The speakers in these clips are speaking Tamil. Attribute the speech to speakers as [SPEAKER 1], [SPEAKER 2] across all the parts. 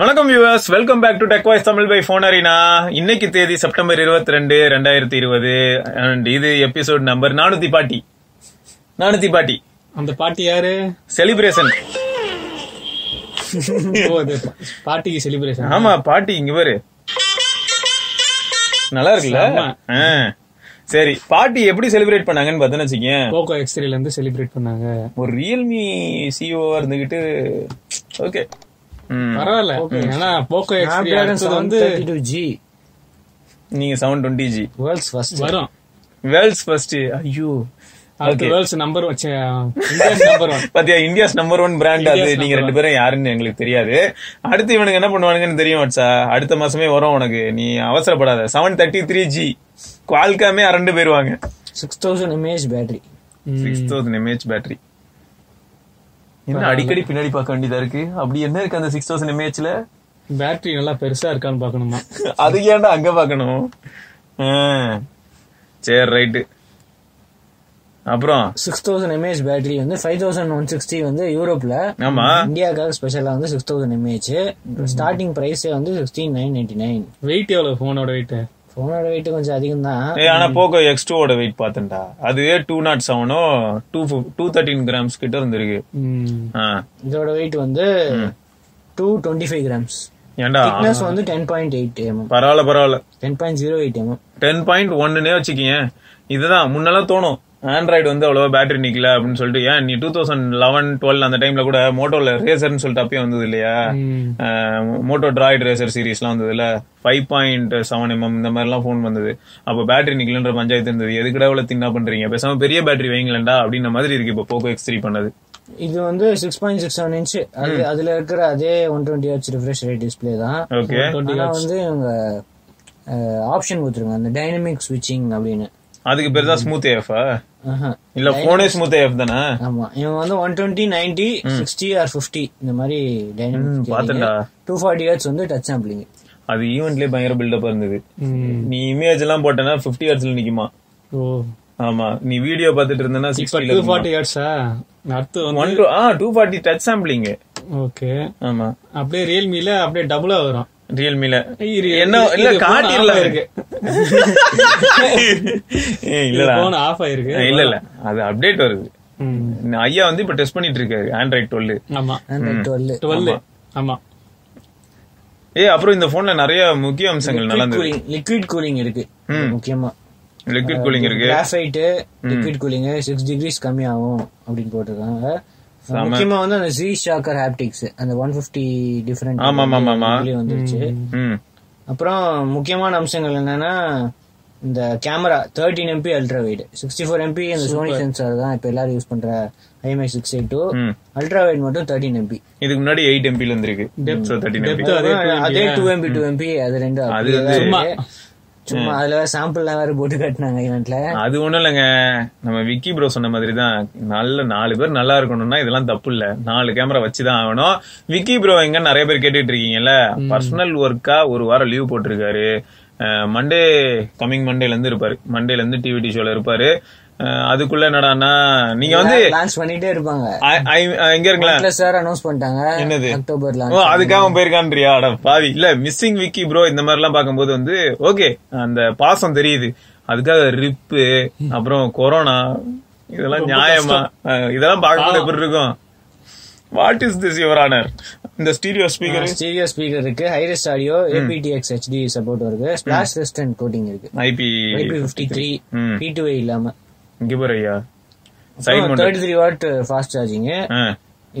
[SPEAKER 1] வணக்கம் viewers welcome back to Techvoice Tamil by Phone Arena இன்னைக்கு தேதி செப்டம்பர் இருபத்தி ரெண்டு ரெண்டாயிரத்தி இருபது அண்ட் இது எபிசோட் நம்பர் நானூத்தி பாட்டி நானூத்தி பாட்டி
[SPEAKER 2] அந்த பாட்டி யாரு
[SPEAKER 1] செலிப்ரேஷன்
[SPEAKER 2] ஓ, அது பாட்டிக்கு செலிப்ரேஷன்
[SPEAKER 1] ஆமா பாட்டி இங்க பாரு நல்லா இருக்குல்ல
[SPEAKER 2] செம்ம.
[SPEAKER 1] ஆ. சரி பாட்டி எப்படி செலிப்ரேட் பண்ணாங்கன்னு பார்த்தோன்னு வச்சுக்கேன்
[SPEAKER 2] போக்கோ எக்ஸ்ரீல இருந்து செலிப்ரேட் பண்ணாங்க
[SPEAKER 1] ஒரு ரியல்மி சிஓவா இருந்துகிட்டு ஓகே ம்
[SPEAKER 2] பரவாயில்ல ஏன்னா போக்கோ எக்ஸ்ரீ அடுத்தது வந்து
[SPEAKER 3] 32G
[SPEAKER 1] நீங்க seven twenty G
[SPEAKER 3] world's first
[SPEAKER 2] வரும்
[SPEAKER 1] வேர்ல்ட்ஸ் ஃபர்ஸ்ட் ஐயோ
[SPEAKER 2] அடுத்து வேர்ல்ட்ஸ் நம்பர் வச்சு இந்தியாஸ் நம்பர் ஒன்
[SPEAKER 1] பாத்தியா இந்தியாஸ் நம்பர் ஒன் பிராண்ட் அது நீங்க ரெண்டு பேரும் யாருன்னு எங்களுக்கு தெரியாது அடுத்து இவனுக்கு என்ன பண்ணுவானுங்கன்னு தெரியும் வச்சா அடுத்த மாசமே வரும் உனக்கு நீ அவசரப்படாத செவன் தேர்ட்டி த்ரீ ஜி குவால்காமே அரண்டு போயிருவாங்க
[SPEAKER 3] 6000 mAh battery
[SPEAKER 1] six thousand mAh battery என்ன அடிக்கடி பின்னாடி பார்க்க வேண்டியதா இருக்கு அப்படி என்ன இருக்கு அந்த சிக்ஸ் தௌசண்ட் எம்ஏஹெச்ல
[SPEAKER 2] பேட்டரி நல்லா பெருசா இருக்கான்னு பாக்கணுமா
[SPEAKER 1] அது ஏன்டா அங்க பார்க்கணும் ஆ. சரி ரைட்டு அப்புறம்
[SPEAKER 3] 6000 mAh பேட்டரி வந்து 5160 வந்து யூரோப்ல
[SPEAKER 1] ஆமா
[SPEAKER 3] இந்தியாக்காக ஸ்பெஷலா வந்து 6000 mAh ஸ்டார்டிங் பிரைஸே வந்து 16999
[SPEAKER 2] வெயிட் எவ்வளவு போனோட வெயிட்
[SPEAKER 3] போனோட வெயிட் கொஞ்சம் அதிகம் தான்
[SPEAKER 1] ஏய், ஆனா போக்கோ எக்ஸ் டூவோட வெயிட் பார்த்தேன்டா அதுவே டூ நாட் செவனோ டூ டூ தேர்ட்டின் கிராம்ஸ் கிட்ட இருந்திருக்கு ஆ.
[SPEAKER 3] இதோட வெயிட் வந்து 225 கிராம்ஸ்
[SPEAKER 1] ஏன்டா
[SPEAKER 3] thickness வந்து 10.8 mm
[SPEAKER 1] பரவாயில்ல பரவாயில்ல
[SPEAKER 3] 10.08 mm
[SPEAKER 1] டென் பாயிண்ட் ஒன்னுனே வச்சுக்கேன் இதுதான் முன்னெல்லாம் தோணும் ஆண்ட்ராய்டு வந்து அவ்வளவா பேட்டரி நிக்கல அப்படின்னு சொல்லிட்டு ஏன் நீ டூ தௌசண்ட் லெவன் டுவெல் அந்த டைம்ல கூட மோட்டோல ரேசர்னு சொல்லிட்டு அப்பயே வந்தது இல்லையா மோட்டோ டிராய்ட் ரேசர் சீரிஸ்லாம் வந்தது இல்ல ஃபைவ் பாயிண்ட் செவன் எம்எம் இந்த மாதிரிலாம் ஃபோன் வந்தது அப்போ பேட்டரி நிக்கலன்ற பஞ்சாயத்து இருந்தது எதுக்குடா இவ்வளவு தின்னா பண்றீங்க பேசாம பெரிய பேட்டரி வைங்களேன்டா அப்படின்ற மாதிரி இருக்கு இப்போ போக்கோ எக்ஸ் த்ரீ பண்ணது
[SPEAKER 3] இது வந்து 6.67 இன்ச் அது அதுல இருக்கிற அதே 120 Hz refresh rate display தான்
[SPEAKER 1] ஓகே
[SPEAKER 3] ஆனா வந்து இவங்க ஆப்ஷன் கொடுத்துருங்க அந்த டைனமிக் ஸ்விட்சிங் அப்படின்னு
[SPEAKER 1] அதுக்கு பேர் தான் ஸ்மூத் ஏஃபா
[SPEAKER 3] ஆஹா.
[SPEAKER 1] இல்ல போனே ஸ்மூத் ஏஃப் தானே
[SPEAKER 3] ஆமா இவங்க வந்து one twenty ninety sixty or fifty இந்த மாதிரி டைனமிக்
[SPEAKER 1] பாத்தேன்டா
[SPEAKER 3] டூ ஃபார்ட்டி ஹர்ட்ஸ் வந்து டச் ஆம்பிளிங்
[SPEAKER 1] அது ஈவெண்ட்லயே பயங்கர பில்டப்பா இருந்தது நீ இமேஜ் எல்லாம் போட்டனா 50 ஹர்ட்ஸ்ல நிக்குமா
[SPEAKER 2] ஓ
[SPEAKER 1] ஆமா நீ வீடியோ பார்த்துட்டு இருந்தனா
[SPEAKER 2] இப்ப
[SPEAKER 1] 60
[SPEAKER 2] டூ ஃபார்ட்டி ஹர்ட்ஸா அடுத்து வந்து
[SPEAKER 1] ஒன் ஆ two forty touch sampling
[SPEAKER 2] okay
[SPEAKER 1] ஆமா
[SPEAKER 2] அப்படியே ரியல்மில அப்படியே டபுளா வரும்
[SPEAKER 1] ரியல்மில
[SPEAKER 2] இரு,
[SPEAKER 1] என்ன
[SPEAKER 2] இது-
[SPEAKER 1] இல்ல
[SPEAKER 2] இது phone
[SPEAKER 1] காட்டிடல
[SPEAKER 2] off
[SPEAKER 1] இருக்கு
[SPEAKER 2] ஆயிருக்கு.
[SPEAKER 1] ஏய், இல்லடா
[SPEAKER 2] போன் ஆஃப் ஆயிருக்கு
[SPEAKER 1] இல்ல இல்ல அது அப்டேட் வருது
[SPEAKER 2] ம்.
[SPEAKER 1] நான் ஐயா வந்து இப்ப டெஸ்ட் பண்ணிட்டு இருக்காரு ஆண்ட்ராய்ட் டுவெல்
[SPEAKER 2] ஆமா
[SPEAKER 3] டுவெல்
[SPEAKER 2] டுவெல் ஆமா
[SPEAKER 1] ஏய் அப்புறம் இந்த போன்ல நிறைய முக்கிய அம்சங்கள் நடந்தது
[SPEAKER 3] கூலிங் லிக்விட் கூலிங் இருக்கு முக்கியமா
[SPEAKER 1] லிக்விட் கூலிங் இருக்கு
[SPEAKER 3] graphite liquid cooling six degrees கம்மியாகும் அப்படின்னு போட்டிருக்காங்க முக்கியமா வந்து அந்த ஜி ஷாக்கர் ஹாப்டிக்ஸ் அந்த ஒன் பிப்டி டிஃபரெண்ட்
[SPEAKER 1] ஆமா, ஆமா, ஆமா, ஆமா.
[SPEAKER 3] வந்துருச்சு
[SPEAKER 1] ம்
[SPEAKER 3] அப்புறம் முக்கியமான அம்சங்கள் என்னன்னா இந்த camera thirteen MP ultra wide sixty four MP அந்த சோனி சென்சார் தான் இப்போ எல்லாரும் யூஸ் பண்ற ஐஎம்ஐ சிக்ஸ் எயிட் டூ
[SPEAKER 1] ம்.
[SPEAKER 3] அல்ட்ரா வைட் மட்டும் தேர்ட்டின் எம்பி
[SPEAKER 1] இதுக்கு முன்னாடி எயிட் எம்பில இருந்திருக்கு So, 13 MP.
[SPEAKER 3] அதே டூ எம்பி டூ எம்பி அது ரெண்டும் அப்படியே தான் இருக்கு. சும்மா அதுல சாம்பிள்லாம் வேற போட்டு காட்டினாங்க ஈவெண்ட்ல
[SPEAKER 1] அது ஒண்ணும் இல்லைங்க நம்ம விக்கி ப்ரோ சொன்ன மாதிரி தான் நல்ல நாலு பேர் நல்லா இருக்கணும்னா இதெல்லாம் தப்பு இல்ல நாலு கேமரா வச்சுதான் ஆகணும் விக்கி ப்ரோ எங்க நிறைய பேர் கேட்டுட்டு இருக்கீங்கல்ல பர்சனல் ஒர்க்கா ஒரு வாரம் லீவ் போட்டிருக்காரு மண்டே கம்மிங் மண்டேல இருந்து இருப்பாரு மண்டேல இருந்து டிவி ஷோல இருப்பாரு அஹ், அதுக்குள்ள என்னடான்னா நீங்க வந்து
[SPEAKER 3] லான்ச் பண்ணிட்டே இருப்பாங்க
[SPEAKER 1] I- I- I- எங்க இருக்கலாம்
[SPEAKER 3] இல்ல சார் அனௌன்ஸ் பண்ணிட்டாங்க
[SPEAKER 1] என்னது?
[SPEAKER 3] அக்டோபர்ல
[SPEAKER 1] ஓ அதுக்காக அவன் போயிருக்கான்றியா அட பாவி இல்ல மிஸ்ஸிங் விக்கி ப்ரோ இந்த மாதிரி எல்லாம் பாக்கும்போது வந்து ஓகே அந்த பாசம் தெரியுது அதுக்காக ரிப்பு அப்புறம் கொரோனா இதெல்லாம் நியாயமா அஹ், இதெல்லாம் பார்க்கும்போது எப்படி இருக்கும் what is this your honour இந்த ஸ்டீரியோ ஸ்பீக்கர்
[SPEAKER 3] ஸ்டீரியோ ஸ்பீக்கர் இருக்கு hi res audio aptX HD support இருக்கு ஸ்பிளாஷ் ரெஸ்டன் கோட்டிங் இருக்கு
[SPEAKER 1] ஐபி
[SPEAKER 3] ஐபி ஃபிஃப்டி த்ரீ
[SPEAKER 1] ம்.
[SPEAKER 3] பி டூ இல்லாம
[SPEAKER 1] இங்க பாரு ஐயா side
[SPEAKER 3] thirty three watt fast charging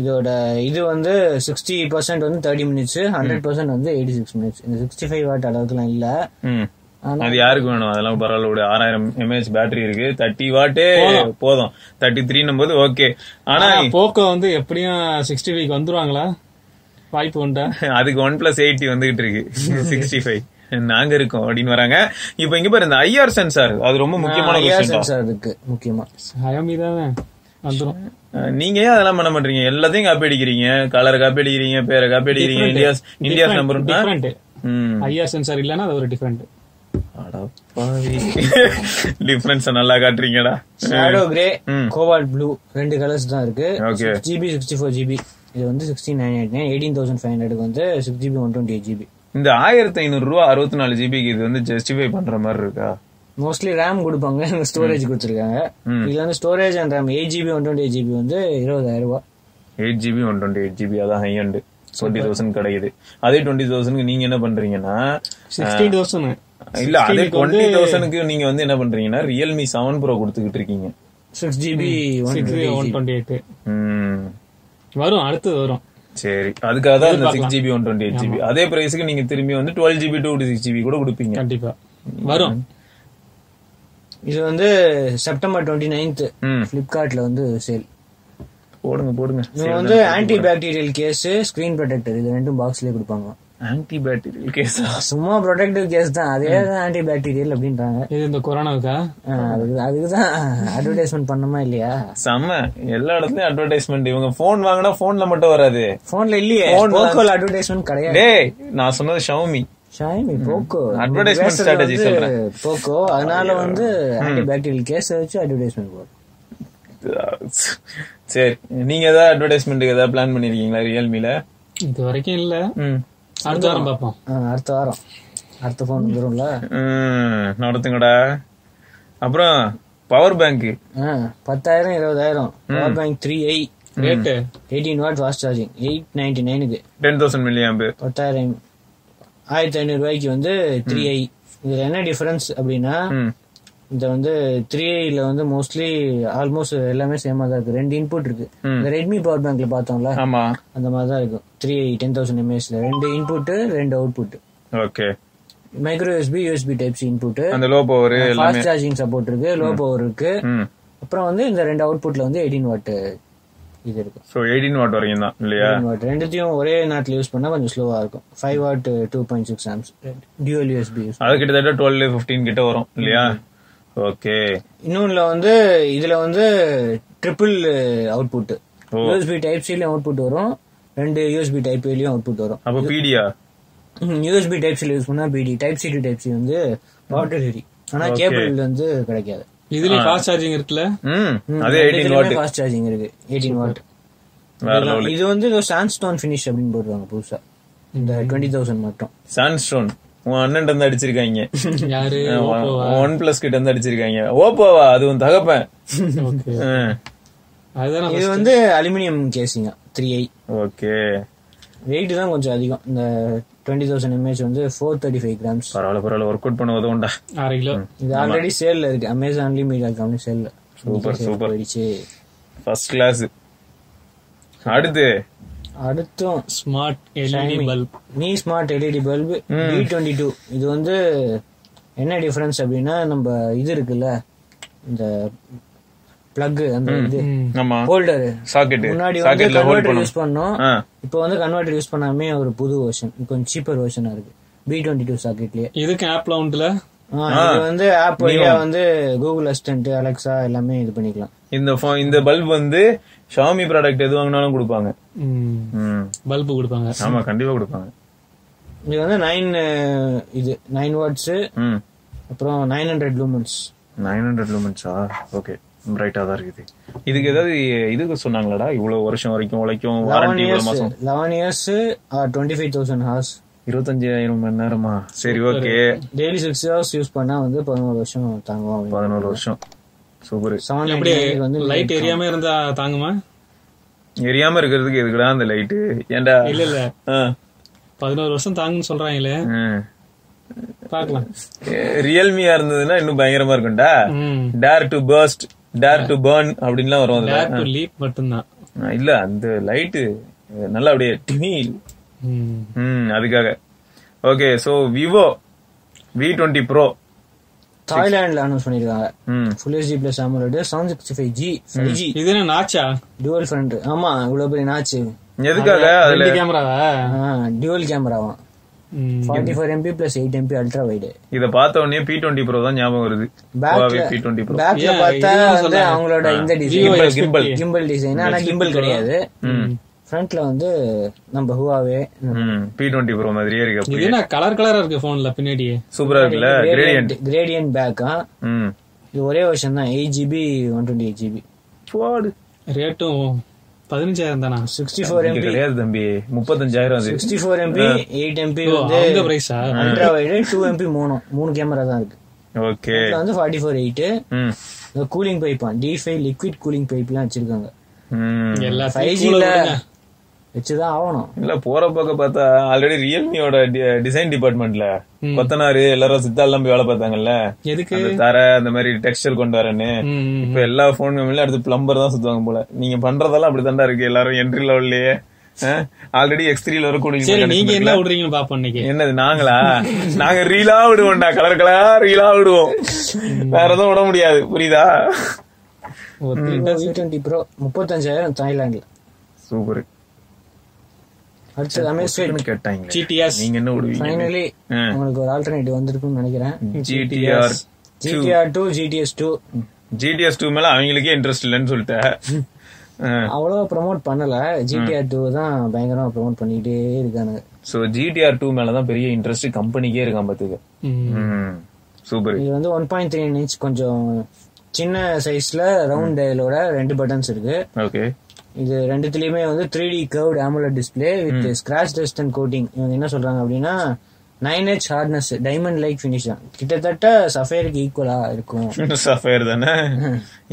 [SPEAKER 3] இதோட இது வந்து சிக்ஸ்டி பர்சன்ட் வந்து தேர்ட்டி மினிட்ஸ் ஹண்ட்ரட் பர்சன்ட் வந்து எயிட்டி சிக்ஸ் மினிட்ஸ் இந்த சிக்ஸ்டி ஃபைவ் வாட் அளவுக்குலாம் இல்ல
[SPEAKER 1] ம்
[SPEAKER 3] ஆனா-
[SPEAKER 1] அது யாருக்கு வேணும் அதெல்லாம் பரவாயில்ல ஒரு ஆறாயிரம் எம்ஏஹெச் பேட்டரி இருக்கு தேர்ட்டி வாட்டே போதும் தேர்ட்டி த்ரீன்னும் போது ஓகே ஆனா
[SPEAKER 2] ஆனா போக்கோ வந்து எப்படியும் சிக்ஸ்டி ஃபைவ் வந்துருவாங்களா வாய்ப்பு உண்டா
[SPEAKER 1] அதுக்கு ஒன் பிளஸ் எயிட்டி வந்துகிட்டு இருக்கு சிக்ஸ்டி ஃபைவ் நாங்க இருக்கோம் அப்படின்னு வராங்க இப்போ இங்க பாரு இந்த ஐஆர் சென்சார் அது ரொம்ப முக்கியமான விஷயம்
[SPEAKER 3] சென்சார் இருக்கு முக்கியமா
[SPEAKER 2] ஹயமி தானே வந்துரும்
[SPEAKER 1] நீங்க ஏன் அதெல்லாம் பண்ண மாட்டீங்க எல்லாத்தையும் காப்பி அடிக்கிறீங்க கலர் காப்பி அடிக்கிறீங்க பேரை காப்பி அடிக்கிறீங்க இந்தியாஸ் இந்தியாஸ் நம்பர்
[SPEAKER 2] டிஃபரெண்ட் ஐயா சென்சார் இல்லைன்னா அது ஒரு டிஃபரெண்ட்
[SPEAKER 1] டிஃபரன்ஸ் நல்லா காட்டுறீங்கடா
[SPEAKER 3] ஷேடோ கிரே
[SPEAKER 1] ம்.
[SPEAKER 3] கோபால் ப்ளூ ரெண்டு கலர்ஸ் தான் இருக்கு
[SPEAKER 1] Okay.
[SPEAKER 3] GB sixty four GB இது வந்து sixteen nine eight nine eighteen thousand five ஹண்ட்ரடுக்கு வந்து six GB one twenty eight GB
[SPEAKER 1] இந்த ஆயிரத்தி ஐநூறு ரூபா அறுபத்தி நாலு ஜிபிக்கு இது வந்து ஜஸ்டிஃபை பண்ற மாதிரி இருக்கா
[SPEAKER 3] மோஸ்ட்லி ரேம் கொடுப்பாங்க ஸ்டோரேஜ் கொடுத்துருக்காங்க இதுல வந்து storage and RAM eight GB one twenty GB வந்து இருபதாயிரம் ரூபா
[SPEAKER 1] eight GB one twenty eight GB அதான் ஹை அண்டு டுவெண்ட்டி தௌசண்ட் கிடைக்குது அதே டுவெண்ட்டி தௌசண்ட்க்கு நீங்க என்ன பண்றீங்கன்னா
[SPEAKER 2] சிக்ஸ்டீன் தௌசண்ட்
[SPEAKER 1] இல்ல அதே டுவெண்ட்டி தௌசண்ட்க்கு நீங்க வந்து என்ன பண்றீங்கன்னா ரியல்மி செவன் ப்ரோ கொடுத்துக்கிட்டு இருக்கீங்க
[SPEAKER 3] six GB one
[SPEAKER 2] one twenty eight
[SPEAKER 1] ம்,
[SPEAKER 2] வரும் அடுத்தது வரும்
[SPEAKER 1] சரி அதுக்காக தான் இந்த six GB one twenty eight GB அதே பிரைஸ்க்கு நீங்க திரும்பி வந்து twelve GB two six GB கூட கொடுப்பீங்க
[SPEAKER 2] கண்டிப்பா வரும்
[SPEAKER 3] இது வந்து செப்டம்பர் டுவெண்ட்டி நைன்த்து
[SPEAKER 1] ம்
[SPEAKER 3] ஃப்ளிப்கார்ட்ல வந்து சேல்
[SPEAKER 1] போடுங்க போடுங்க
[SPEAKER 3] இது வந்து anti bacterial case screen protector இது ரெண்டும் பாக்ஸ்லயே கொடுப்பாங்க
[SPEAKER 1] ஆன்டி பேட்டரி கேஸ்
[SPEAKER 3] சும்மா ப்ரொடெக்டிவ் கேஸ் தான் அதே தான் ஆன்டி பாக்டீரியல் அப்படின்றாங்க
[SPEAKER 2] இது இந்த கொரோனாவுக்கா
[SPEAKER 3] ஆ, அதுக்கு அதுக்கு தான் அட்வர்டைஸ்மெண்ட் பண்ணோமா இல்லையா
[SPEAKER 1] செம்ம எல்லா இடத்துலயும் அட்வர்டைஸ்மெண்ட் இவங்க போன் வாங்கினா போன்ல மட்டும் வராது
[SPEAKER 3] போன்ல இல்லையே போக்கோல அட்வர்டைஸ்மெண்ட் கிடையாது
[SPEAKER 1] டேய் நான் சொன்னது ஷவுமி
[SPEAKER 3] ஷாய்மி போக்கோ
[SPEAKER 1] Advertisement
[SPEAKER 3] பேசுறது
[SPEAKER 1] strategy
[SPEAKER 3] வந்து
[SPEAKER 1] சொல்றேன்.
[SPEAKER 3] போக்கோ அதனால வந்து ஆன்டி பாக்டீரியல் கேஸ் வச்சு அட்வர்டைஸ்மெண்ட் போடும்
[SPEAKER 1] சரி நீங்க ஏதாவது அட்வர்டைஸ்மெண்ட்டுக்கு ஏதாவது பிளான் பண்ணிருக்கீங்களா ரியல்மில
[SPEAKER 2] இது வரைக்கும் இல்ல
[SPEAKER 1] ம்
[SPEAKER 2] அடுத்த வாரம் பார்ப்போம்
[SPEAKER 3] ஆ, அடுத்த வாரம் அடுத்த போன் வந்துரும்ல
[SPEAKER 1] ம், நடத்துங்கடா அப்புறம் பவர் பேங்க்
[SPEAKER 3] ஆ, பத்தாயிரம் இருபதாயிரம் power bank three I
[SPEAKER 2] rate
[SPEAKER 3] eighteen watt fast charging eight ninety நைனுக்கு
[SPEAKER 1] டென் தௌசண்ட் மில்லியாம்பு
[SPEAKER 3] பத்தாயிரம் ஆயிரத்தி ஐநூறு ரூபாய்க்கு வந்து த்ரீ ஐ இதுல என்ன டிஃபரன்ஸ் அப்படின்னா
[SPEAKER 1] ம்
[SPEAKER 3] இந்த வந்து த்ரீ ஐல வந்து மோஸ்ட்லி ஆல்மோஸ்ட் எல்லாமே சேமா தான் இருக்கு ரெண்டு இன்புட் இருக்கு இந்த ரெட்மி பவர் பேங்க்ல பார்த்தோம்ல
[SPEAKER 1] ஆமா
[SPEAKER 3] அந்த மாதிரி தான் இருக்கும் த்ரீ ஐ டென் தௌசண்ட் எம்ஏஎஸ்ல ரெண்டு இன்புட் ரெண்டு output
[SPEAKER 1] okay
[SPEAKER 3] micro USB USB type C input
[SPEAKER 1] அந்த லோ பவர் எல்லாமே
[SPEAKER 3] ஃபாஸ்ட் சார்ஜிங் சப்போர்ட் இருக்கு லோ பவர் இருக்கு
[SPEAKER 1] ம்
[SPEAKER 3] அப்புறம் வந்து இந்த ரெண்டு அவுட்புட்ல வந்து எயிட்டீன் வாட் இது இருக்கு
[SPEAKER 1] ஸோ எயிட்டீன் வாட் வரைக்கும் தான் இல்லையா
[SPEAKER 3] 18 watt. ரெண்டுத்தையும் ஒரே நாட்டில் யூஸ் பண்ணா கொஞ்சம் ஸ்லோவா இருக்கும் five watt two point six amps dual USB use
[SPEAKER 1] அது கிட்டத்தட்ட டுவெல் ஃபிஃப்டீன் கிட்ட வரும் இல்லையா ஓகே
[SPEAKER 3] இன்னொன்னுல வந்து இதுல வந்து ட்ரிபிள் அவுட்புட் யூஎஸ்பி டைப் சிலயும் அவுட்புட் வரும் ரெண்டு யூஎஸ்பி டைப் ஏலையும் அவுட்புட் வரும்
[SPEAKER 1] அப்போ பிடியா
[SPEAKER 3] யூஎஸ்பி டைப் சில யூஸ் பண்ணா PD type C to type C வந்து வாட்டர் ஹெரி ஆனா கேபிள் வந்து கிடைக்காது
[SPEAKER 2] இதுலயும் ஃபாஸ்ட் சார்ஜிங் இருக்குல்ல
[SPEAKER 1] ம்
[SPEAKER 3] ம்,
[SPEAKER 1] அதே எயிட்டீன் வாட்
[SPEAKER 3] ஃபாஸ்ட் சார்ஜிங் இருக்கு எயிட்டீன் வாட்
[SPEAKER 1] வேற லெவல்
[SPEAKER 3] இது வந்து சான்ஸ்டோன் ஃபினிஷ் அப்படின்னு போடுவாங்க புதுசா இந்த டுவெண்ட்டி தௌசண்ட் மட்டும்
[SPEAKER 1] சான்ஸ்டோன் உன் அண்ணன் வந்து அடிச்சிருக்காங்க
[SPEAKER 2] யாரு
[SPEAKER 1] ஒன் பிளஸ் கிட்ட வந்து அடிச்சிருக்காங்க ஓப்போவா அது உன் தகப்பன்
[SPEAKER 2] ஓகே அதுதான்
[SPEAKER 3] இது வந்து அலுமினியம் கேசிங்க த்ரீ ஐ
[SPEAKER 1] ஓகே
[SPEAKER 3] வெயிட் தான் கொஞ்சம் அதிகம் இந்த டுவெண்ட்டி தௌசண்ட் எம்ஏஹெச் வந்து ஃபோர் தேர்ட்டி ஃபைவ் கிராம்ஸ்
[SPEAKER 1] பரவாயில்ல பரவாயில்ல ஒர்க் அவுட் பண்ண உதவுண்டா
[SPEAKER 2] அரை கிலோ
[SPEAKER 3] இது ஆல்ரெடி சேல்ல இருக்கு அமேசான்லயும் மீடியா கம்பெனி சேல்ல
[SPEAKER 1] சூப்பர் சூப்பர்
[SPEAKER 3] போயிடுச்சு
[SPEAKER 1] ஃபர்ஸ்ட் கிளாஸ் அடுத்து
[SPEAKER 3] அடுத்தும்
[SPEAKER 2] smart LED bulb
[SPEAKER 3] Mi smart LED bulb B twenty two இது வந்து என்ன டிஃபரன்ஸ் அப்படின்னா நம்ம இது இருக்குல்ல இந்த பிளக் அந்த இது
[SPEAKER 1] ஆமா
[SPEAKER 3] ஹோல்டர்
[SPEAKER 1] சாக்கெட்
[SPEAKER 3] முன்னாடி வந்து
[SPEAKER 1] சாக்கெட்ல ஹோல்ட் பண்ணும்
[SPEAKER 3] கன்வெர்டர் யூஸ் பண்ணோம்
[SPEAKER 1] ஆ.
[SPEAKER 3] இப்போ வந்து கன்வெர்டர் யூஸ் பண்ணாமே ஒரு புது வெர்ஷன் கொஞ்சம் சீப்பர் வெர்ஷனா இருக்கு பி டுவெண்ட்டி டூ சாக்கெட்லயே
[SPEAKER 2] இதுக்கு ஆப்ல உண்டுல
[SPEAKER 3] ஆ, இது வந்து ஆப் வழியா வந்து கூகுள் அசிஸ்டன்ட் அலெக்சா எல்லாமே இது பண்ணிக்கலாம்
[SPEAKER 1] இந்த phone- இந்த பல்ப் வந்து ஷாமி ப்ராடக்ட் எது வாங்கினாலும் கொடுப்பாங்க ம்.
[SPEAKER 2] பல்பு கொடுப்பாங்க
[SPEAKER 1] ஆமா கண்டிப்பா கொடுப்பாங்க
[SPEAKER 3] இது வந்து நைன் இது நைன் வாட்ஸ்
[SPEAKER 1] ம்
[SPEAKER 3] அப்புறம் nine hundred lumens
[SPEAKER 1] nine hundred லூமென்ஸா ஓகே பிரைட்டா தான் இருக்குது இதுக்கு ஏதாவது இதுக்கு சொன்னாங்களாடா இவ்வளவு வருஷம் வரைக்கும் உழைக்கும்
[SPEAKER 3] லெவன்
[SPEAKER 1] வாரண்டி இவ்வளவு
[SPEAKER 3] இயர்ஸ்
[SPEAKER 1] மாசம்
[SPEAKER 3] eleven years twenty five thousand hours
[SPEAKER 1] இருபத்தஞ்சாயிரம் மணி நேரமா சரி okay
[SPEAKER 3] daily six hours use பண்ணா வந்து பதினோரு வருஷம் தாங்குவோம் அப்படின்னு.
[SPEAKER 1] பதினோரு வருஷம் சூப்பர்
[SPEAKER 3] Seven
[SPEAKER 2] எப்படி
[SPEAKER 3] ninety nine வந்து
[SPEAKER 2] லைட் எரியாம இருந்தா தாங்குமா
[SPEAKER 1] எரியாம இருக்கிறதுக்கு எதுக்குடா அந்த லைட்டு ஏன்டா
[SPEAKER 2] இல்ல இல்ல
[SPEAKER 1] ஆ.
[SPEAKER 2] பதினோரு வருஷம் தாங்குன்னு சொல்றாங்களே
[SPEAKER 1] ஆ.
[SPEAKER 2] பாக்கலாம்
[SPEAKER 1] ரியல்மியா இருந்ததுன்னா இன்னும் பயங்கரமா இருக்கும்டா
[SPEAKER 2] ம்
[SPEAKER 1] dare to burst dare to burn அப்படின்லாம் வரும் அதுல
[SPEAKER 2] டேர் டு லீப் மட்டும்தான்
[SPEAKER 1] ஆ, இல்ல அந்த லைட்டு நல்லா அப்படியே டிமி
[SPEAKER 2] ம்.
[SPEAKER 1] ம் அதுக்காக okay so Vivo V twenty bro
[SPEAKER 3] தாய்லாந்துல அனௌன்ஸ் பண்ணிருக்காங்க
[SPEAKER 1] ம்
[SPEAKER 3] ஃபுல் ஹெச்டி பிளஸ் ஆமலோடு seven sixty five G five G
[SPEAKER 2] இது என்ன நாச்சா
[SPEAKER 3] டுவல் ஃப்ரண்ட் ஆமா இவ்வளவு பெரிய நாச்சு
[SPEAKER 1] எதுக்காக அதுல
[SPEAKER 2] ரெண்டு கேமராவா
[SPEAKER 3] டுவல் கேமராவும்
[SPEAKER 2] ம்.
[SPEAKER 3] Forty four MP plus eight MP ultra wide
[SPEAKER 1] இத பார்த்த உடனே பி டுவெண்ட்டி ப்ரோ தான் ஞாபகம் வருது
[SPEAKER 3] பேக்ல
[SPEAKER 1] பி டுவெண்ட்டி ப்ரோ
[SPEAKER 3] பேக்ல
[SPEAKER 2] Yeah,
[SPEAKER 3] பார்த்தா
[SPEAKER 2] இதுவும்
[SPEAKER 3] வந்து
[SPEAKER 2] சொல்லாங்க.
[SPEAKER 3] அவங்களோட இந்த
[SPEAKER 2] Vivo
[SPEAKER 3] design
[SPEAKER 1] gimbal.
[SPEAKER 2] S50.
[SPEAKER 3] Gimbal design ஆனா கிம்பல் கிடையாது ஃப்ரண்ட்ல வந்து நம்ம ஹுவாவே
[SPEAKER 1] ம் பி டுவெண்ட்டி ப்ரோ மாதிரியே இருக்கு
[SPEAKER 2] இது
[SPEAKER 1] அப்படியே
[SPEAKER 2] என்ன கலர் கலரா இருக்கு போன்ல பின்னாடியே
[SPEAKER 1] சூப்பரா இருக்குல்ல கிரேடியன்ட்
[SPEAKER 3] கிரேடியன்ட் பேக்கா
[SPEAKER 1] ம்
[SPEAKER 3] இது ஒரே வருஷம் தான் eight GB one twenty eight GB
[SPEAKER 1] போடு
[SPEAKER 2] ரேட்டும் பதினஞ்சாயிரம் தானா
[SPEAKER 3] சிக்ஸ்டி ஃபோர்
[SPEAKER 1] இங்க
[SPEAKER 3] எம்பி
[SPEAKER 1] கிடையாது தம்பி முப்பத்தஞ்சாயிரம் அது
[SPEAKER 3] sixty four MP eight MP
[SPEAKER 2] ஓ,
[SPEAKER 3] வந்து
[SPEAKER 2] அவங்க பிரைஸா
[SPEAKER 3] அல்ட்ரா வைடு டூ எம்பி மூணும் மூணு கேமரா தான் இருக்கு
[SPEAKER 1] ஓகே
[SPEAKER 3] இதுல வந்து ஃபார்ட்டி ஃபோர் எயிட்டு
[SPEAKER 1] ம்
[SPEAKER 3] கூலிங் பைப்பான் டி ஃபைவ் லிக்விட் கூலிங் பைப்லாம் வச்சிருக்காங்க
[SPEAKER 1] ம்
[SPEAKER 3] ஃபைவ்
[SPEAKER 2] எல்லாத்தையும்
[SPEAKER 3] ஜியில்
[SPEAKER 2] கூட விடுங்க.
[SPEAKER 3] வச்சுதான் ஆகணும்
[SPEAKER 1] இல்ல போற போக்க பார்த்தா ஆல்ரெடி ரியல்மியோட டிசைன் டிபார்ட்மெண்ட்ல கொத்தனாரு எல்லாரும் சித்தாலாம் போய் வேலை பார்த்தாங்கல்ல
[SPEAKER 2] எதுக்கு
[SPEAKER 1] அந்த தர அந்த மாதிரி டெக்ஸ்டர் கொண்டு வரேன்னு
[SPEAKER 2] ம், ம்.
[SPEAKER 1] இப்ப எல்லா போன் கம்பெனிலும் அடுத்து பிளம்பர் தான் சுத்துவாங்க போல நீங்க பண்றதெல்லாம் அப்படித்தான்டா இருக்கு எல்லாரும் என்ட்ரி லெவல்லயே ஆல்ரெடி எக்ஸ் த்ரீல வர
[SPEAKER 2] சரி
[SPEAKER 1] கூடிய
[SPEAKER 2] நீங்க என்ன விடுறீங்கன்னு பாப்போம் இன்னைக்கு
[SPEAKER 1] என்னது நாங்களா நாங்க ரீலா விடுவோம்டா கலர் கலரா ரீலா விடுவோம் வேற எதுவும் விட முடியாது புரியுதா
[SPEAKER 3] டுவெண்ட்டி ப்ரோ முப்பத்தஞ்சாயிரம் தாய்லாந்துல
[SPEAKER 1] சூப்பர்
[SPEAKER 3] அடுத்தது அமேசான்
[SPEAKER 1] கேட்டாங்க
[SPEAKER 2] ஜிடிஎஸ்
[SPEAKER 1] நீங்க என்ன விடுவீங்க
[SPEAKER 3] ஃபைனலி
[SPEAKER 1] ஆ.
[SPEAKER 3] உங்களுக்கு ஒரு ஆல்டர்னேட்டிவ் வந்திருக்கும்னு நினைக்கிறேன்
[SPEAKER 1] Mm. GTR
[SPEAKER 3] GTR two GTS two
[SPEAKER 1] GTS two மேல அவங்களுக்கே இன்ட்ரெஸ்ட் இல்லைன்னு சொல்லிட்டேன் ஆ.
[SPEAKER 3] அவ்வளவா ப்ரோமோட் பண்ணல ஜிடிஆர் டூ தான் பயங்கரமா ப்ரோமோட் பண்ணிக்கிட்டே இருக்கானுங்க
[SPEAKER 1] சோ ஜிடிஆர் டூ மேலதான் பெரிய இன்ட்ரெஸ்ட் கம்பெனிக்கே இருக்கான் பாத்துக்கு சூப்பர்
[SPEAKER 3] இது வந்து ஒன் பாயிண்ட் த்ரீ இன்ச் கொஞ்சம் சின்ன சைஸ்ல ரவுண்ட் டயலோட ரெண்டு பட்டன்ஸ் இருக்கு
[SPEAKER 1] ஓகே
[SPEAKER 3] இது ரெண்டுத்துலயுமே வந்து three D curved AMOLED display with scratch resistant coating இவங்க என்ன சொல்றாங்க அப்படின்னா nine H hardness diamond like finish தான் கிட்டத்தட்ட சஃபேருக்கு ஈக்குவலா இருக்கும்
[SPEAKER 1] சஃபயர் தானே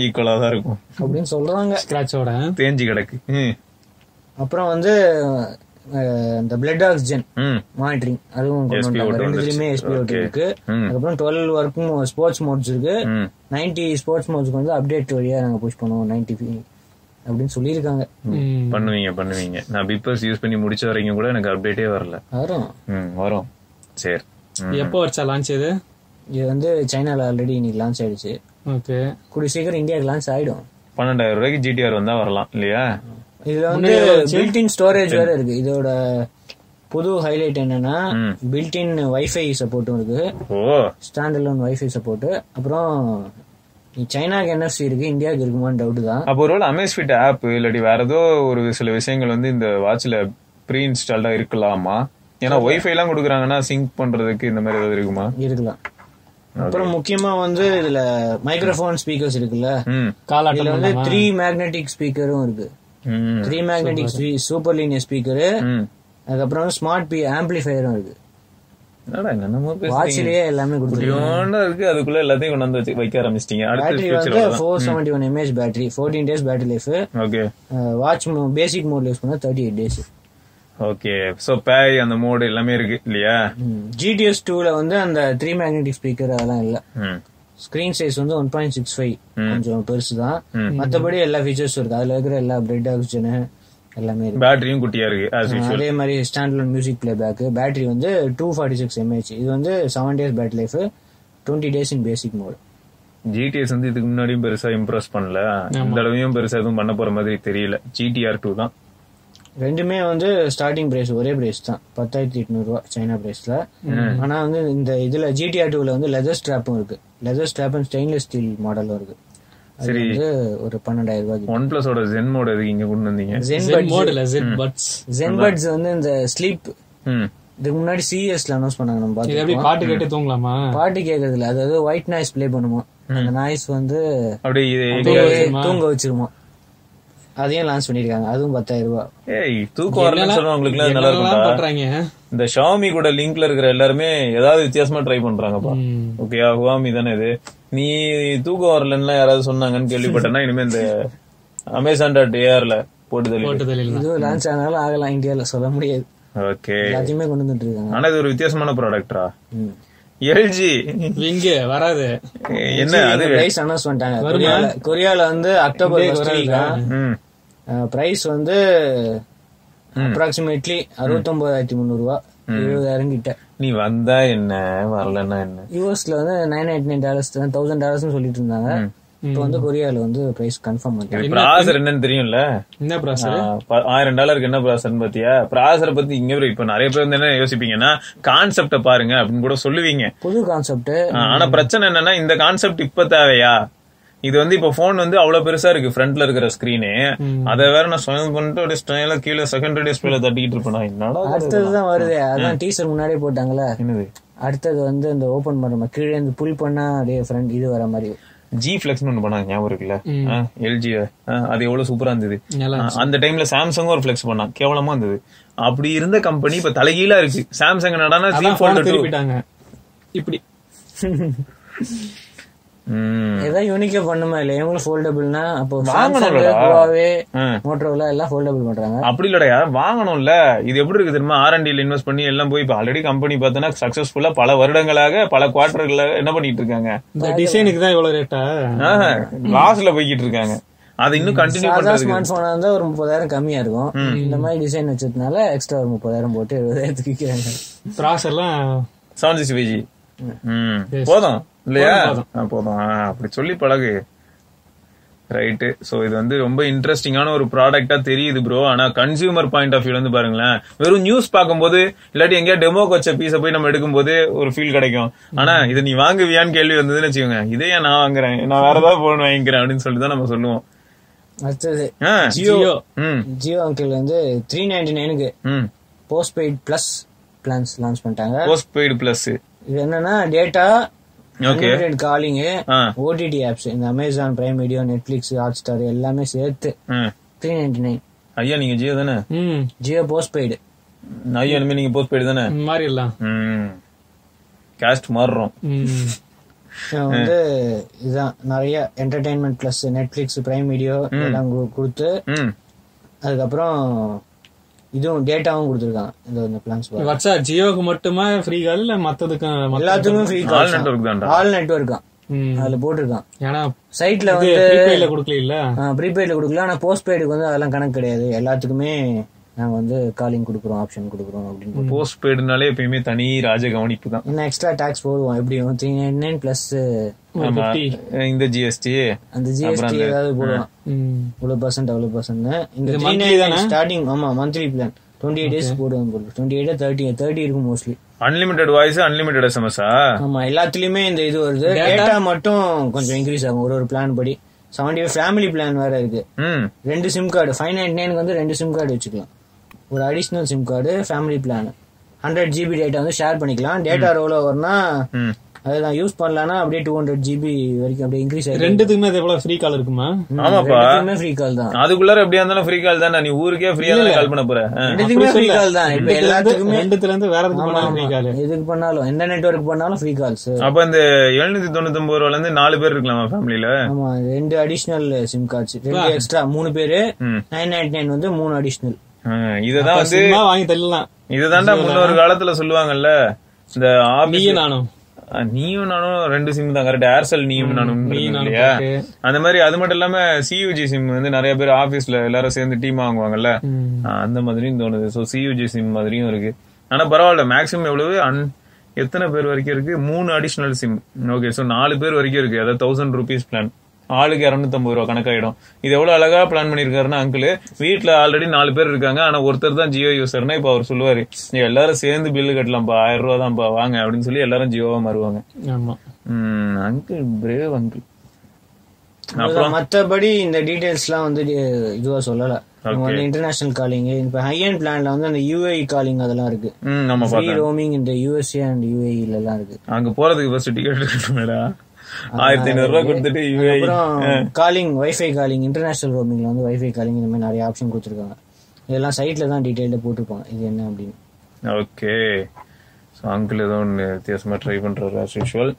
[SPEAKER 1] ஈக்குவலா தான் இருக்கும்
[SPEAKER 3] அப்படின்னு சொல்றாங்க
[SPEAKER 2] ஸ்கிராட்சோட
[SPEAKER 1] தேஞ்சு கிடக்கு ம்.
[SPEAKER 3] அப்புறம் வந்து அஹ், இந்த பிளட் ஆக்சிஜன்
[SPEAKER 1] ம்
[SPEAKER 3] மானிட்டரிங் அதுவும் கொண்டு வந்தாங்க. ரெண்டுத்துலயுமே எஸ்பி ஓட்டு இருக்கு
[SPEAKER 1] ம்.
[SPEAKER 3] அதுக்கப்புறம் டுவெல் ஒர்க்கும் ஸ்போர்ட்ஸ் மோட்ஸ் இருக்கு
[SPEAKER 1] ம்
[SPEAKER 3] நைன்டி ஸ்போர்ட்ஸ் மோட்ஸ்க்கு வந்து அப்டேட் வழியா நாங்க புஷ் பண்ணுவோம் நைன்டி அப்படின்னு சொல்லியிருக்காங்க
[SPEAKER 1] பண்ணுவீங்க பண்ணுவீங்க நான் பிப்பர்ஸ் யூஸ் பண்ணி முடிச்ச வரைக்கும் கூட எனக்கு அப்டேட்டே வரல
[SPEAKER 3] வரும்
[SPEAKER 1] ம் வரும் சரி ம்.
[SPEAKER 2] எப்போ வச்சா லான்ச் இது
[SPEAKER 3] இது வந்து சைனால ஆல்ரெடி இன்னைக்கு லான்ச் ஆயிடுச்சு
[SPEAKER 2] ஓகே
[SPEAKER 3] கூடிய சீக்கிரம் இந்தியாவுக்கு லான்ச் ஆயிடும்
[SPEAKER 1] பன்னெண்டாயிரம் ரூபாய்க்கு ஜிடிஆர் வந்தா வரலாம் இல்லையா
[SPEAKER 3] இதுல வந்து பில்ட் இன் ஸ்டோரேஜ் வேற இருக்கு இதோட புது ஹைலைட் என்னன்னா பில்ட் இன் வைஃபை சப்போர்ட்டும் இருக்கு
[SPEAKER 1] ஓ
[SPEAKER 3] ஸ்டாண்ட் அலோன் வைஃபை சப்போர்ட் அப்புறம் சைனாக்கு என்எஃப்சி இருக்கு இந்தியாவுக்கு இருக்குமான்னு டவுட் தான்
[SPEAKER 1] அப்போ ஒருவேளை அமேஸ்ஃபிட் ஆப் இல்லாட்டி வேற ஏதோ ஒரு சில விஷயங்கள் வந்து இந்த வாட்ச்ல ப்ரீ இன்ஸ்டால்டா இருக்கலாமா ஏன்னா ஒய்ஃபை எல்லாம் கொடுக்குறாங்கன்னா சிங்க் பண்றதுக்கு இந்த மாதிரி ஏதாவது இருக்குமா
[SPEAKER 3] இருக்கலாம் அப்புறம் முக்கியமா வந்து இதுல மைக்ரோஃபோன் ஸ்பீக்கர்ஸ் இருக்குல்ல
[SPEAKER 1] ம்
[SPEAKER 2] காலாட்டம்
[SPEAKER 3] இதுல வந்து த்ரீ மேக்னெட்டிக் ஸ்பீக்கரும் இருக்கு
[SPEAKER 1] ம்
[SPEAKER 3] three magnetic super linear speaker
[SPEAKER 1] ம்
[SPEAKER 3] அதுக்கப்புறம் ஸ்மார்ட் பி ஆம்பிளிஃபயரும் இருக்கு
[SPEAKER 1] என்னடா என்னென்னமோ பேசுறீங்க
[SPEAKER 3] வாட்சிலேயே எல்லாமே கொடுத்துருக்கு
[SPEAKER 1] முடியோண்டா இருக்கு அதுக்குள்ள எல்லாத்தையும் கொண்டு வந்து வச்சு- வைக்க ஆரம்பிச்சிட்டீங்க அடுத்து
[SPEAKER 3] பேட்டரி
[SPEAKER 1] ஃபியூச்சர்
[SPEAKER 3] வந்து four seventy one mAh battery fourteen days battery life
[SPEAKER 1] okay
[SPEAKER 3] watch basic மோட்ல யூஸ் பண்ணா thirty eight days
[SPEAKER 1] okay so பேய் அந்த மோடு எல்லாமே இருக்கு இல்லையா
[SPEAKER 3] ஜிடிஎஸ் டூல வந்து அந்த த்ரீ மேக்னெட்டிக் ஸ்பீக்கர் அதெல்லாம் இல்ல
[SPEAKER 1] ம்
[SPEAKER 3] ஸ்கிரீன் சைஸ் வந்து ஒன் பாயிண்ட் சிக்ஸ் ஃபைவ் கொஞ்சம் பெருசு தான் மற்றபடி எல்லா ஃபீச்சர்ஸும் இருக்கு அதுல இருக்கிற எல்லா பிரெட் ஆக்சிஜனு எல்லாமே இருக்கு
[SPEAKER 1] பேட்டரியும் குட்டியா இருக்கு ஆஸ் யூஷுவல்
[SPEAKER 3] அதே மாதிரி standalone music playback battery வந்து டூ ஃபார்ட்டி சிக்ஸ் எம்ஏஹெச் இது வந்து seven days battery life twenty days in basic mode
[SPEAKER 1] GTS வந்து இதுக்கு முன்னாடியும் பெருசா இம்ப்ரெஸ் பண்ணல இந்த தடவையும் பெருசா எதுவும் பண்ண போற மாதிரி தெரியல ஜிடிஆர் டூ தான்
[SPEAKER 3] ரெண்டுமே வந்து ஸ்டார்டிங் பிரைஸ் ஒரே பிரைஸ் தான் பத்தாயிரத்தி எட்நூறுவா சைனா பிரைஸ்ல ஆனா வந்து இந்த இதுல ஜிடிஆர் டூல வந்து லெதர் ஸ்ட்ராப்பும் இருக்கு leather strap and stainless steel மாடலும் இருக்கு அது வந்து ஒரு பன்னெண்டாயிரம் ரூபாய்க்கு
[SPEAKER 1] ஒன் பிளஸோட ஜென் மோடு எதுக்கு இங்க கொண்டு வந்தீங்க
[SPEAKER 3] ஜென்
[SPEAKER 2] ஜென் மோடுல ஜென் பட்ஸ்
[SPEAKER 3] ஜென்பட்ஸ் வந்து இந்த ஸ்லீப்
[SPEAKER 1] ம்
[SPEAKER 3] இதுக்கு முன்னாடி சிஎஸ்ல அனௌன்ஸ் பண்ணாங்க நம்ம
[SPEAKER 2] இது எப்படி
[SPEAKER 3] பார்த்துருக்கோம்
[SPEAKER 2] பாட்டு கேட்டு தூங்கலாமா
[SPEAKER 3] பாட்டு கேட்கறதுல அதாவது ஒயிட் நாய்ஸ் ப்ளே பண்ணுமா அந்த நாய்ஸ் வந்து
[SPEAKER 1] அப்படியே இது
[SPEAKER 3] தூங்க- தூங்க வச்சிருமா அதையும் லான்ச் பண்ணிருக்காங்க அதுவும் பத்தாயிரம் ரூபாய்
[SPEAKER 1] ஏய் தூக்கம் வரலன்னு சொல்லுவாங்க உங்களுக்கு எல்லாம் நல்லா
[SPEAKER 2] என்னெல்லாம்
[SPEAKER 1] இருக்கும்டா
[SPEAKER 2] பண்றாங்க
[SPEAKER 1] இந்த ஷாமி கூட லிங்க்ல இருக்கிற எல்லாருமே ஏதாவது வித்தியாசமா ட்ரை பண்றாங்கப்பா ஓகேயா ஹுவாமி தானே இது நீ தூக்கம் வரலன்னா யாராவது சொன்னாங்கன்னு கேள்விப்பட்டேன்னா இனிமே இந்த அமேசான் டாட் ஏஆர்ல போட்டு
[SPEAKER 2] போட்டு
[SPEAKER 1] தள்ளி
[SPEAKER 2] தெரியல
[SPEAKER 3] இதுவும் லான்ச் ஆனாலும் ஆகலாம் இந்தியால சொல்ல முடியாது
[SPEAKER 1] ஓகே
[SPEAKER 3] எல்லாத்தையுமே கொண்டு வந்துட்டு இருக்காங்க
[SPEAKER 1] ஆனா இது ஒரு வித்தியாசமான ப்ராடக்டா
[SPEAKER 3] ம்.
[SPEAKER 1] எல்ஜி
[SPEAKER 2] விங்கு வராது
[SPEAKER 1] என்ன அது
[SPEAKER 3] பிரைஸ் அனௌன்ஸ் பண்ணிட்டாங்க கொரியால கொரியால வந்து அக்டோபர் ஃபர்ஸ்ட் வீக்
[SPEAKER 1] ம்
[SPEAKER 3] பிரைஸ் வந்து அப்ராக்சிமேட்லி அறுபத்தொன்பதாயிரத்தி முந்நூறுவா எழுபதாயிரம் கிட்ட
[SPEAKER 1] நீ வந்தா என்ன வரலன்னா என்ன
[SPEAKER 3] யூஎஸ்ல வந்து நைன் எயிட் நைன் டாலர்ஸ் தான் தௌசண்ட் டாலர்ஸ் சொல்லிட்டு இருந்தாங்க இப்போ வந்து கொரியால வந்து பிரைஸ் கன்ஃபார்ம் பண்ணிட்டாங்க
[SPEAKER 1] ப்ராசர் என்னன்னு தெரியும்ல
[SPEAKER 2] என்ன ப்ராசஸ்
[SPEAKER 1] ஆஹ் ப- ஆயிரம் டாலருக்கு என்ன ப்ராசர்னு பாத்தியா ப்ராசரை பத்தி இங்க ஒரு- இப்ப நிறைய பேர் வந்து என்ன யோசிப்பீங்கன்னா கான்செப்ட பாருங்க அப்படின்னு கூட சொல்லுவீங்க
[SPEAKER 3] புது கான்செப்ட்
[SPEAKER 1] ஆ, ஆனா பிரச்சனை என்னன்னா இந்த கான்செப்ட் இப்ப தேவையா இது வந்து இப்ப போன் வந்து அவ்வளவு பெருசா இருக்கு ஃப்ரண்ட்ல இருக்கிற ஸ்கிரீனு அத வேற நான் ஸ்வைப் பண்ணிட்டு அப்படியே ஸ்டைல கீழே செகண்டரி டிஸ்பிளேல தட்டிக்கிட்டு இருப்பேனா என்னடா இது?
[SPEAKER 3] அடுத்ததுதான் வருது அதான் டீசர் முன்னாடியே போட்டாங்கல்ல
[SPEAKER 1] என்னது
[SPEAKER 3] அடுத்தது வந்து இந்த ஓபன் பண்ற மாதிரி கீழே இந்த புல் பண்ணா அப்படியே ஃப்ரண்ட் இது வர மாதிரி
[SPEAKER 1] ஜி ஃபிளெக்ஸ்னு ஒன்று பண்ணாங்க ஞாபகம் இருக்குல்ல எல்ஜி அது எவ்வளவு சூப்பரா இருந்தது
[SPEAKER 2] நல்லா
[SPEAKER 1] ஆ, அந்த டைம்ல சாம்சங்கும் ஒரு ஃபிளெக்ஸ் பண்ணான் கேவலமா இருந்தது அப்படி இருந்த கம்பெனி இப்ப தலைகீழா இருக்கு சாம்சங் என்னடானா ஜி
[SPEAKER 2] அதான் phone
[SPEAKER 1] ஃபோல்டர் டூ
[SPEAKER 2] திருப்பிட்டாங்க இப்படி
[SPEAKER 3] ஏதாவது யூனிக்கா பண்ணுமா இல்ல இவங்களும் ஃபோல்டபுள்னா அப்போ
[SPEAKER 1] வாங்கணும்லடா.
[SPEAKER 3] கோவாவே
[SPEAKER 1] ஆ.
[SPEAKER 3] மோட்டரோலா எல்லாம் ஃபோல்டபுள் பண்றாங்க
[SPEAKER 1] அப்படி இல்லடா வாங்கணும்ல இது எப்படி இருக்கு தெரியுமா ஆர்என்டில இன்வெஸ்ட் பண்ணி எல்லாம் போய் இப்ப ஆல்ரெடி கம்பெனி பார்த்தோன்னா சக்சஸ்ஃபுல்லா பல வருடங்களாக பல குவார்டர்களாக என்ன பண்ணிட்டு இருக்காங்க
[SPEAKER 2] இந்த டிசைனுக்கு தான் இவ்வளவு ரேட்டா
[SPEAKER 1] லாஸ்ல போய்கிட்டு இருக்காங்க அதை இன்னும் கண்டினியூ
[SPEAKER 3] சாதா
[SPEAKER 1] பண்றதுக்கு
[SPEAKER 3] ஸ்மார்ட் போனா இருந்தா ஒரு முப்பதாயிரம் கம்மியா இருக்கும் இந்த மாதிரி டிசைன் வச்சதுனால எக்ஸ்ட்ரா ஒரு முப்பதாயிரம் போட்டு எழுபதாயிரத்துக்கு விற்கிறாங்க
[SPEAKER 2] திராஸ் எல்லாம்
[SPEAKER 1] செவன் சிக்ஸ் பிஜி போதும் இல்லையா ஆ, போதும் ஆ, அப்படி சொல்லி பழகு ரைட்டு சோ இது வந்து ரொம்ப இன்ட்ரெஸ்டிங்கான ஒரு ப்ராடக்ட்டா தெரியுது ப்ரோ ஆனா கன்சியூமர் பாயிண்ட் ஆஃப் வியூல இருந்து பாருங்களேன் வெறும் நியூஸ் பார்க்கும்போது இல்லாட்டி எங்கேயா டெமோக்கு வச்ச பீஸை போய் நம்ம எடுக்கும்போது ஒரு ஃபீல் கிடைக்கும் ஆனா இது நீ வாங்குவியான்னு கேள்வி வந்ததுன்னு வச்சுக்கோங்க இதே ஏன் நான் வாங்குறேன் நான் வேற ஏதாவது போன் வாங்கிக்கிறேன் அப்படின்னு சொல்லி தான் நம்ம சொல்லுவோம்
[SPEAKER 3] அடுத்தது
[SPEAKER 1] ஆ,
[SPEAKER 2] ஜியோ
[SPEAKER 1] ம்
[SPEAKER 3] ஜியோ அங்கிள் வந்து த்ரீ நைன்டி நைனுக்கு
[SPEAKER 1] ம்
[SPEAKER 3] postpaid plus plans launch பண்ணிட்டாங்க
[SPEAKER 1] போஸ்ட் பெய்டு பிளஸ்
[SPEAKER 3] இது என்னன்னா டேட்டா
[SPEAKER 1] Okay.
[SPEAKER 3] காலிங்கு
[SPEAKER 1] ஆ
[SPEAKER 3] ஓடிடி ஆப்ஸ் இந்த Amazon Prime Video Netflix Hotstar எல்லாமே சேர்த்து
[SPEAKER 1] ம்.
[SPEAKER 3] த்ரீ நைன்டி நைன்
[SPEAKER 1] ஐயா நீங்க ஜியோ தானே
[SPEAKER 2] ம்
[SPEAKER 3] ஜியோ போஸ்ட் பெய்டு
[SPEAKER 1] ஐயா இனிமே நீங்க போஸ்ட் பெய்டு தானே
[SPEAKER 2] மாறிடலாம்
[SPEAKER 1] காஸ்ட் மாறுறோம்
[SPEAKER 2] ம்
[SPEAKER 3] வந்து இதுதான் நிறைய entertainment plus Netflix Prime Video எல்லாம் கு- கொடுத்து
[SPEAKER 1] ம்
[SPEAKER 3] அதுக்கப்புறம் இதுவும் டேட்டாவும் கொடுத்துருக்காங்க இந்த இந்த பிளான்ஸ்
[SPEAKER 2] வச்சா ஜியோக்கு மட்டுமா ஃப்ரீ கால் இல்ல மத்ததுக்கும் மத்த-
[SPEAKER 3] எல்லாத்துக்கும் ஃப்ரீ
[SPEAKER 1] ஆல் நெட்வொர்க் தான்டா
[SPEAKER 3] ஆல் நெட்ஒர்க்கான்
[SPEAKER 2] ம்.
[SPEAKER 3] அதுல போட்டிருக்கான்
[SPEAKER 2] ஏன்னா
[SPEAKER 3] சைட்ல
[SPEAKER 2] இது
[SPEAKER 3] வந்து
[SPEAKER 2] prepaid-ல கொடுக்கல இல்ல
[SPEAKER 3] ப்ரீபெய்ட்ல கொடுக்கலாம் ஆனா போஸ்ட் பெய்டுக்கு வந்து அதெல்லாம் கணக்கு கிடையாது எல்லாத்துக்குமே நாங்க வந்து காலிங் கொடுக்குறோம் ஆப்ஷன் கொடுக்குறோம் அப்படின்னு
[SPEAKER 1] போஸ்ட் பெய்டுனாலே எப்பயுமே தனி ராஜ கவனிப்பு தான்
[SPEAKER 3] இன்னும் எக்ஸ்ட்ரா டாக்ஸ் போடுவோம் எப்படியும் த்ரீ நைன் நைன் பிளஸ்
[SPEAKER 1] ஆமா. இந்த ஜிஎஸ்டி
[SPEAKER 3] அந்த ஜிஎஸ்டி ஏதாவது போடுவோம் இவ்வளவு பர்சன்ட் அவ்வளவு பர்சன்ட் இந்த
[SPEAKER 2] இது
[SPEAKER 3] த்ரீ
[SPEAKER 2] monthly
[SPEAKER 3] நைன்
[SPEAKER 2] தானே?
[SPEAKER 3] ஸ்டார்டிங் ஆமா monthly plan twenty eight days போடுவோம் போல டுவெண்ட்டி எயிட் தேர்ட்டி தேர்ட்டி இருக்கும் மோஸ்ட்லி
[SPEAKER 1] அன்லிமிட்டெட் வாய்ஸ் அன்லிமிட்டெட் எஸ்எம்எஸ்ஸா
[SPEAKER 3] ஆமா எல்லாத்துலயுமே இந்த இது வருது டேட்டா மட்டும் கொஞ்சம் இன்க்ரீஸ் ஆகும் ஒரு ஒரு பிளான் படி செவன்டி ஃபேமிலி பிளான் வேற இருக்கு
[SPEAKER 1] ம்
[SPEAKER 3] ரெண்டு சிம் கார்டு ஃபைவ் நைன்டி நைனுக்கு வந்து ரெண்டு சிம் கார்டு வச்சுக்கலாம் ஒரு additional SIM card family plan hundred GB data வந்து ஷேர் பண்ணிக்கலாம் டேட்டா ரோல் ஓவர்னா
[SPEAKER 1] ம்
[SPEAKER 3] அதுதான் யூஸ் பண்ணலன்னா அப்படியே டூ ஹண்ட்ரட் ஜிபி வரைக்கும் அப்படியே இன்க்ரீஸ் ஆயிருக்கு
[SPEAKER 2] ரெண்டுத்துக்குமே அது எவ்வளவு ஃப்ரீ கால் இருக்குமா
[SPEAKER 1] ஆமாப்பா
[SPEAKER 3] ரெண்டுமே ஃப்ரீ கால் தான்
[SPEAKER 1] அதுக்குள்ளார எப்படியா இருந்தாலும் ஃப்ரீ கால் தானே நீ ஊருக்கே ஃப்ரீயா தானே கால் பண்ண போற ஆ.
[SPEAKER 3] ரெண்டுத்துக்குமே
[SPEAKER 2] அப்படி
[SPEAKER 3] ஃப்ரீ
[SPEAKER 2] சொல்ல.
[SPEAKER 3] கால் தான் இப்ப
[SPEAKER 2] ரெண்டுத்துல இருந்து-
[SPEAKER 3] எல்லாத்துக்குமே
[SPEAKER 2] ரெண்டுத்துல இருந்து வேற எதுக்கு
[SPEAKER 3] ஆமா,
[SPEAKER 2] பண்ணாலும்
[SPEAKER 3] ஆமா.
[SPEAKER 2] ஃப்ரீ கால்
[SPEAKER 3] எதுக்கு பண்ணாலும் எந்த நெட்வொர்க் பண்ணாலும் ஃப்ரீ கால்ஸ்
[SPEAKER 1] அப்ப இந்த எழுநூத்தி தொண்ணூத்தி ஒன்பது ரூபால இருந்து நாலு பேர் இருக்கலாமா ஃபேமிலில
[SPEAKER 3] ஆமா ரெண்டு அடிஷனல் சிம் கார்ட்ஸ் ரெண்டு எக்ஸ்ட்ரா மூணு பேரு
[SPEAKER 1] ம்.
[SPEAKER 3] நைன் நைன்டி நைன் வந்து மூணு அடிஷனல்
[SPEAKER 1] இததான் வந்து
[SPEAKER 2] சும்மா வாங்கி தள்ளலாம்
[SPEAKER 1] இதுதான்டா முன்னொரு காலத்துல சொல்லுவாங்கல்ல இந்த ஆபீஸ்
[SPEAKER 2] நீயும் நானும்
[SPEAKER 1] அஹ் நீயும் நானும் ரெண்டு சிம் தான் கரெக்ட் ஏர்செல் நீயும் நானும்
[SPEAKER 2] நீயும் நானும்
[SPEAKER 1] இல்லையா
[SPEAKER 2] போட்டு.
[SPEAKER 1] அந்த மாதிரி அது மட்டும் இல்லாம சியூஜி சிம் வந்து நிறைய பேர் ஆபீஸ்ல எல்லாரும் சேர்ந்து டீம் வாங்குவாங்கல்ல
[SPEAKER 2] ம்.
[SPEAKER 1] அஹ் அந்த மாதிரியும் தோணுது சோ சியூஜி சிம் மாதிரியும் இருக்கு ஆனா பரவாயில்ல மேக்ஸிமம் எவ்வளவு அன் எத்தனை பேர் வரைக்கும் இருக்கு மூணு அடிஷனல் சிம் ஓகே சோ நாலு பேர் வரைக்கும் இருக்கு அதாவது தௌசண்ட் ருபீஸ் பிளான் ஆளுக்கு இரநூத்தம்பது ரூபா கணக்காயிடும் இது எவ்வளவு அழகா பிளான் பண்ணிருக்காருன்னா அங்கிள் வீட்டுல ஆல்ரெடி நாலு பேர் இருக்காங்க ஆனா ஒருத்தர் தான் ஜியோ யூசர்னா இப்ப அவர் சொல்லுவாரு "நீங்க எல்லாரும் சேர்ந்து பில்லு கட்டலாம்ப்பா ஆயிரம் ரூபா தான்ப்பா வாங்க அப்படின்னு சொல்லி எல்லாரும் ஜியோவா மாறுவாங்க
[SPEAKER 2] ஆமா
[SPEAKER 1] அங்கிள் பிரேவ் அங்கிள்
[SPEAKER 3] மத்தபடி இந்த டீடைல்ஸ் எல்லாம் வந்து டி- இதுவா சொல்லல நம்ம வந்து இன்டர்நேஷனல் காலிங் இப்ப ஹை அண்ட் பிளான்ல வந்து அந்த யூஏ காலிங் அதெல்லாம் இருக்கு
[SPEAKER 1] ம் நம்ம
[SPEAKER 3] ஃப்ரீ
[SPEAKER 1] பார்த்தோம்
[SPEAKER 3] ரோமிங் இந்த யூஎஸ்ஏ அண்ட் யூஏஇல எல்லாம் இருக்கு
[SPEAKER 1] அங்க போறதுக்கு ஃபர்ஸ்ட் டிக்கெட் எடுக்கணுமேடா ஆயிரத்தி ஐநூறு ரூபாய் கொடுத்துட்டு யூஏ
[SPEAKER 3] அப்புறம் காலிங் வைஃபை காலிங் இன்டர்நேஷனல் ரோமிங்ல வந்து வைஃபை காலிங் இந்த மாதிரி நிறைய ஆப்ஷன் கொடுத்துருக்காங்க இதெல்லாம் சைட்ல தான் டீடைல்டா போட்டிருப்பாங்க இது என்ன அப்படின்னு
[SPEAKER 1] ஓகே ஸோ அங்கிள் ஏதோ ஒன்று வித்தியாசமா ட்ரை பண்றாரு ஆஸ் யூஷுவல்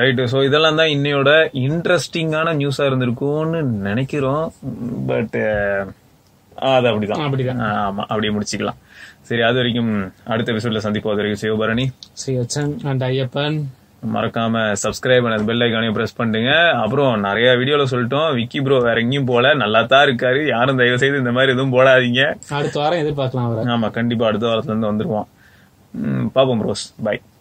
[SPEAKER 1] ரைட்டு ஸோ இதெல்லாம் தான் இன்னையோட இன்ட்ரெஸ்டிங்கான நியூஸா இருந்திருக்கும்னு நினைக்கிறோம் பட் அது அப்படிதான்
[SPEAKER 2] அப்படிதான்
[SPEAKER 1] ஆ, ஆமா அப்படியே முடிச்சுக்கலாம் சரி அது வரைக்கும் அடுத்த எபிசோட்ல சந்திப்போம் அது வரைக்கும் சிவபரணி
[SPEAKER 3] ஸ்ரீ வச்சன்
[SPEAKER 2] அண்ட் ஐயப்பன்
[SPEAKER 1] மறக்காம சப்ஸ்கிரைப் பண்ணது பெல் ஐக்கானையும் பிரஸ் பண்ணுங்க அப்புறம் நிறைய வீடியோல சொல்லிட்டோம் விக்கி ப்ரோ வேற எங்கேயும் போல நல்லா தான் இருக்காரு யாரும் தயவு செய்து இந்த மாதிரி எதுவும் போடாதீங்க
[SPEAKER 2] அடுத்த வாரம் எதிர்பார்க்கலாம் அவரை
[SPEAKER 1] ஆமா கண்டிப்பா அடுத்த வாரத்துல இருந்து வந்துருவோம் ம், பாப்போம் ப்ரோஸ் பாய்